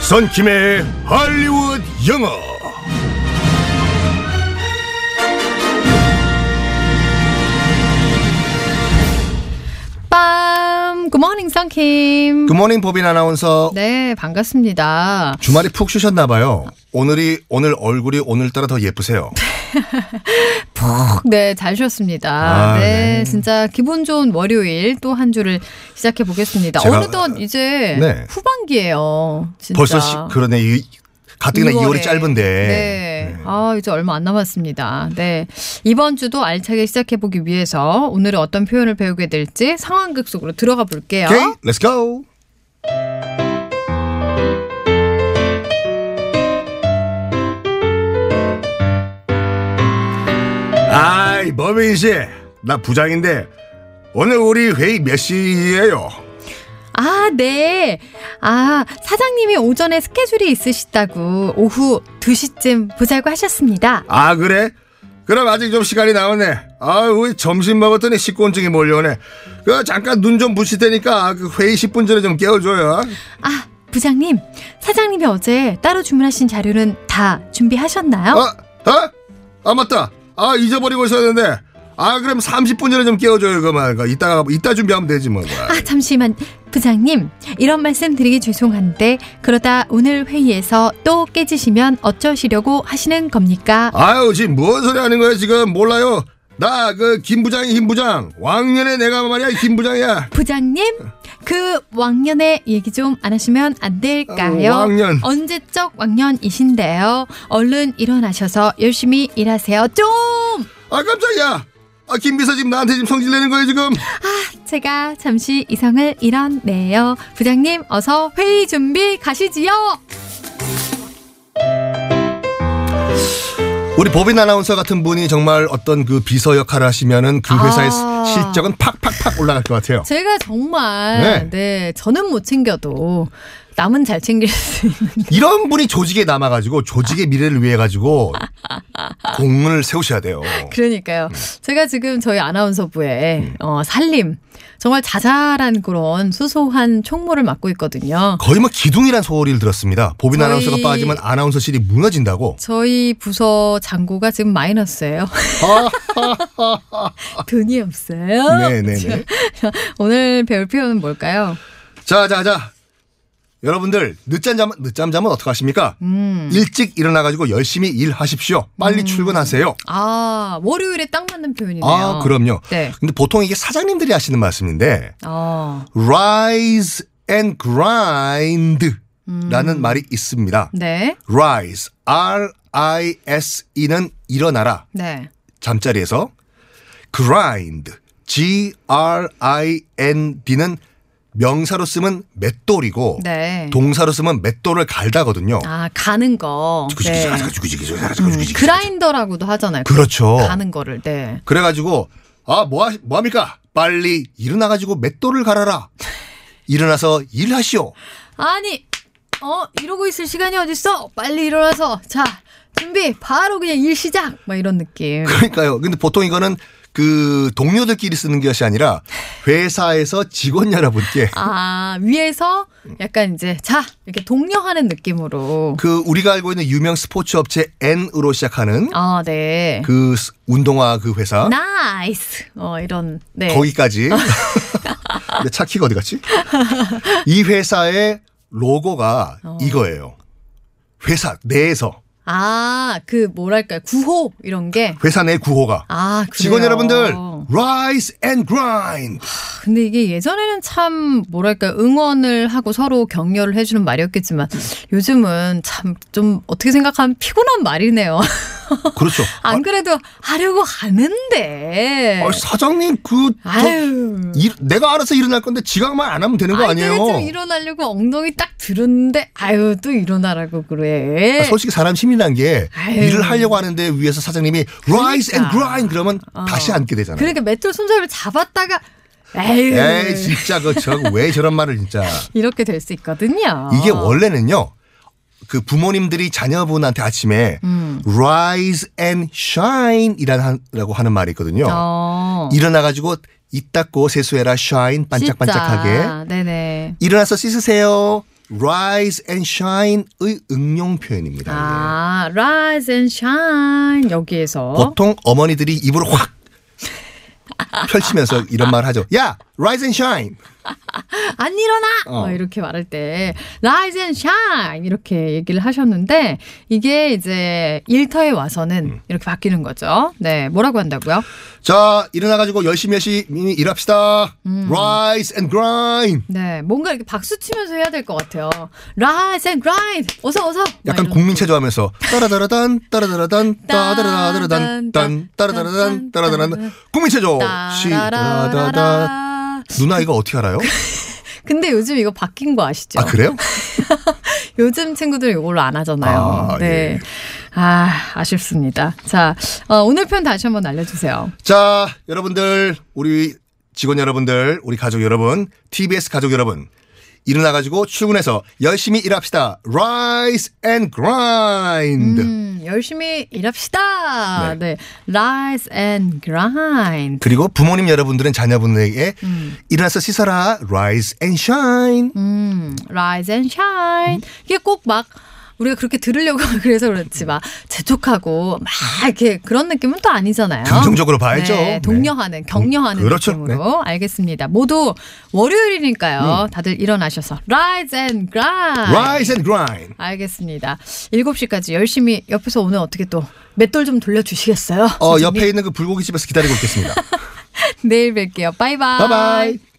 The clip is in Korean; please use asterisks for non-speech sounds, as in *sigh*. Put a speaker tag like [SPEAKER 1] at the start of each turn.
[SPEAKER 1] 선킴의 할리우드 영어.
[SPEAKER 2] 빰! 굿모닝 썬킴.
[SPEAKER 1] 굿모닝 법인 아나운서.
[SPEAKER 2] 네, 반갑습니다.
[SPEAKER 1] 주말이 푹 쉬셨나봐요. 오늘이 오늘 얼굴이 오늘따라 더 예쁘세요.
[SPEAKER 2] 네, 푹, 네, 잘 쉬었습니다.
[SPEAKER 1] 아,
[SPEAKER 2] 네, 진짜 기분 좋은 월요일 또 한 주를 시작해 보겠습니다.
[SPEAKER 1] 제가,
[SPEAKER 2] 어느덧 이제
[SPEAKER 1] 네.
[SPEAKER 2] 후반기예요. 진짜.
[SPEAKER 1] 벌써 시, 그러네. 이, 가뜩이나 2월이
[SPEAKER 2] 6월에.
[SPEAKER 1] 짧은데.
[SPEAKER 2] 네. 아, 이제 얼마 안 남았습니다. 네. 이번 주도 알차게 시작해보기 위해서 오늘은 어떤 표현을 배우게 될지 상황극 속으로 들어가 볼게요.
[SPEAKER 1] 오케이, let's go. 아이, 범인 씨, 나 부장인데 오늘 우리 회의 몇 시예요?
[SPEAKER 2] 아, 네. 아, 사장님이 오전에 스케줄이 있으시다고 오후 2시쯤 보자고 하셨습니다.
[SPEAKER 1] 아 그래? 그럼 아직 좀 시간이 남았네. 아우 점심 먹었더니 식곤증이 몰려오네. 그 잠깐 눈 좀 부실 테니까 그 회의 10분 전에 좀 깨워줘요.
[SPEAKER 2] 아, 부장님. 사장님이 어제 따로 주문하신 자료는 다 준비하셨나요?
[SPEAKER 1] 어? 어? 아 맞다. 아 잊어버리고 있었는데. 아 그럼 30분 전에 좀 깨워줘요 그만. 그 이따가 이따 준비하면 되지 뭐.
[SPEAKER 2] 아, 잠시만. 부장님, 이런 말씀 드리기 죄송한데 그러다 오늘 회의에서 또 깨지시면 어쩌시려고 하시는 겁니까?
[SPEAKER 1] 아유 지금 뭔 소리 하는 거야 지금 몰라요. 나 그 김부장이 김부장. 왕년에 내가 말이야 김부장이야.
[SPEAKER 2] 부장님, 그 왕년의 얘기 좀 안 하시면 안 될까요?
[SPEAKER 1] 어, 왕년.
[SPEAKER 2] 언제적 왕년이신데요. 얼른 일어나셔서 열심히 일하세요. 좀!
[SPEAKER 1] 아 깜짝이야. 아 김비서 지금 나한테 지금 성질 내는 거야 지금.
[SPEAKER 2] 제가 잠시 이성을 잃었네요. 부장님, 어서 회의 준비 가시지요!
[SPEAKER 1] 우리 법인 아나운서 같은 분이 정말 어떤 그 비서 역할을 하시면은 그
[SPEAKER 2] 아.
[SPEAKER 1] 회사의 시- 실적은 팍팍팍 올라갈 것 같아요.
[SPEAKER 2] 제가 정말,
[SPEAKER 1] 네.
[SPEAKER 2] 네, 저는 못 챙겨도 남은 잘 챙길 수 있는. *laughs*
[SPEAKER 1] 이런 분이 조직에 남아가지고 조직의 미래를 위해 가지고 공을 세우셔야 돼요.
[SPEAKER 2] 그러니까요. 제가 지금 저희
[SPEAKER 1] 음.
[SPEAKER 2] 아나운서부에 어, 살림, 정말 자잘한 그런 소소한 총무를 맡고 있거든요.
[SPEAKER 1] 거의 뭐 기둥이란 소리를 들었습니다. 법인
[SPEAKER 2] 저희-
[SPEAKER 1] 아나운서가 빠지면 아나운서실이 무너진다고.
[SPEAKER 2] 저희 부서 잔고가
[SPEAKER 1] *laughs*
[SPEAKER 2] 지금 마이너스예요. 돈이 없어요.
[SPEAKER 1] 네네네.
[SPEAKER 2] 오늘 배울 표현은 뭘까요?
[SPEAKER 1] 자자자. 여러분들 늦잠 잠 늦잠 자면 어떡하십니까?
[SPEAKER 2] 음.
[SPEAKER 1] 일찍 일어나가지고 열심히 일하십시오. 빨리 출근하세요.
[SPEAKER 2] 아, 월요일에 딱 맞는 표현이네요.
[SPEAKER 1] 아 그럼요.
[SPEAKER 2] 네.
[SPEAKER 1] 근데 보통 이게 사장님들이 하시는 말씀인데
[SPEAKER 2] 어.
[SPEAKER 1] rise and grind
[SPEAKER 2] 음.
[SPEAKER 1] 라는 말이 있습니다.
[SPEAKER 2] 네.
[SPEAKER 1] rise, R-I-S-E는 일어나라,
[SPEAKER 2] 네.
[SPEAKER 1] 잠자리에서. grind, G-R-I-N-D는 명사로 쓰면 맷돌이고,
[SPEAKER 2] 네.
[SPEAKER 1] 동사로 쓰면 맷돌을 갈다거든요.
[SPEAKER 2] 아, 가는 거. 네. 그라인더라고도 하잖아요.
[SPEAKER 1] 그렇죠.
[SPEAKER 2] 가는 거를. 네.
[SPEAKER 1] 그래가지고 아 뭐, 하- 뭐 합니까? 빨리 일어나가지고 맷돌을
[SPEAKER 2] *laughs*
[SPEAKER 1] 갈아라. 일어나서 일하시오.
[SPEAKER 2] 아니, 어, 이러고 있을 시간이 어딨어? 빨리 일어나서. 자, 준비. 바로 그냥 일 시작. 막 이런 느낌.
[SPEAKER 1] 그러니까요. 근데 보통 이거는 그 동료들끼리 쓰는 것이 아니라 회사에서 직원 여러분께
[SPEAKER 2] 아, 위에서 약간 이제 자, 이렇게 독려하는 느낌으로.
[SPEAKER 1] 그 우리가 알고 있는 유명 스포츠 업체 N으로 시작하는
[SPEAKER 2] 아, 네.
[SPEAKER 1] 그 스- 운동화 그 회사
[SPEAKER 2] 나이스. 어, 이런. 네. *laughs*
[SPEAKER 1] 거기까지 근데 차키가 어디 갔지? 이 회사의 로고가
[SPEAKER 2] 어.
[SPEAKER 1] 이거예요. 회사 내에서
[SPEAKER 2] 아, 그 뭐랄까요? 구호 이런 게.
[SPEAKER 1] 회사 내 구호가
[SPEAKER 2] 아, 그래요.
[SPEAKER 1] 직원 여러분들 rise and grind
[SPEAKER 2] 근데 이게 예전에는 참 뭐랄까 응원을 하고 서로 격려를 해주는 말이었겠지만 요즘은 참 좀 어떻게 생각하면 피곤한 말이네요. *laughs*
[SPEAKER 1] 그렇죠. 아,
[SPEAKER 2] 안 그래도 하려고 하는데.
[SPEAKER 1] 아, 사장님 그 저-
[SPEAKER 2] 아유.
[SPEAKER 1] 일- 내가 알아서 일어날 건데 지각만 안 하면 되는 거
[SPEAKER 2] 음. 아니,
[SPEAKER 1] 아니에요?
[SPEAKER 2] 내가 지금 일어나려고 엉덩이 딱 들었는데 아유 또 일어나라고 그래.
[SPEAKER 1] 아, 솔직히 사람 심리란 게
[SPEAKER 2] 네. 아유. 그러니까.
[SPEAKER 1] 일을 하려고 하는데 위에서 사장님이 rise and grind 그러면
[SPEAKER 2] 어.
[SPEAKER 1] 다시 앉게 되잖아요.
[SPEAKER 2] 그러니까 맷돌 손잡이를 잡았다가 에휴
[SPEAKER 1] 에이 진짜 그저왜 저런 말을 진짜
[SPEAKER 2] 이렇게 될 수 있거든요.
[SPEAKER 1] 이게 원래는요 그 부모님들이 자녀분한테 아침에
[SPEAKER 2] 음.
[SPEAKER 1] rise and shine 이라고 하는 말이 있거든요.
[SPEAKER 2] 어.
[SPEAKER 1] 일어나 가지고 입 닦고 세수해라 shine 반짝반짝하게
[SPEAKER 2] 진짜. 네네.
[SPEAKER 1] 일어나서 씻으세요 rise and shine의 응용 표현입니다.
[SPEAKER 2] 아, rise and shine 여기에서
[SPEAKER 1] 보통 어머니들이 입으로 *laughs* 확 펼치면서 이런 말 하죠. 야, rise and shine.
[SPEAKER 2] 안 일어나
[SPEAKER 1] 어.
[SPEAKER 2] 막 이렇게 말할 때 rise and shine 이렇게 얘기를 하셨는데 이게 이제 일터에 와서는
[SPEAKER 1] 음.
[SPEAKER 2] 이렇게 바뀌는 거죠. 네, 뭐라고 한다고요?
[SPEAKER 1] 자, 일어나 가지고 열심히 열심히 일합시다. rise and grind.
[SPEAKER 2] 네, 뭔가 이렇게 박수 치면서 해야 될 것 같아요. rise and grind 어서 어서 막
[SPEAKER 1] 약간
[SPEAKER 2] 이런-
[SPEAKER 1] 국민체조 하면서 따라다라단 *laughs* 따라다라단 따라다라단 딴 따라다라단 따라다라단 국민체조 어, 시다다다
[SPEAKER 2] 따라라라.
[SPEAKER 1] 누나 이거 어떻게 알아요?
[SPEAKER 2] 근데 요즘 이거 바뀐 거 아시죠?
[SPEAKER 1] 아 그래요?
[SPEAKER 2] 요즘 친구들 이걸로 안 하잖아요.
[SPEAKER 1] 아,
[SPEAKER 2] 네.
[SPEAKER 1] 예.
[SPEAKER 2] 아, 아쉽습니다. 자, 어, 오늘 표현 다시 한번 알려주세요.
[SPEAKER 1] 자, 여러분들, 우리 직원 여러분들, 우리 가족 여러분, TBS 가족 여러분, 일어나가지고 출근해서 열심히 일합시다. Rise and grind.
[SPEAKER 2] 음, 열심히 일합시다. 네. Rise and grind.
[SPEAKER 1] 그리고 부모님 여러분들은 자녀분에게 일어나서 씻어라. Rise and shine.
[SPEAKER 2] 음, rise and shine. 이게 꼭 막 우리가 그렇게 들으려고 *laughs* 그래서 그렇지 막 재촉하고 막 이렇게 그런 느낌은 또 아니잖아요.
[SPEAKER 1] 긍정적으로 봐야죠.
[SPEAKER 2] 네, 동려하는, 격려하는
[SPEAKER 1] 음, 그렇죠.
[SPEAKER 2] 느낌으로 알겠습니다. 모두 월요일이니까요. 다들 일어나셔서 rise and grind.
[SPEAKER 1] 네. Rise and grind.
[SPEAKER 2] 알겠습니다. 7시까지 열심히 옆에서 오늘 어떻게 또 맷돌 좀 돌려주시겠어요? *laughs*
[SPEAKER 1] 어,
[SPEAKER 2] 선생님? *laughs*
[SPEAKER 1] 옆에 있는 그 불고기집에서 기다리고 있겠습니다.
[SPEAKER 2] 내일 뵐게요. 바이바이.
[SPEAKER 1] 바이바이.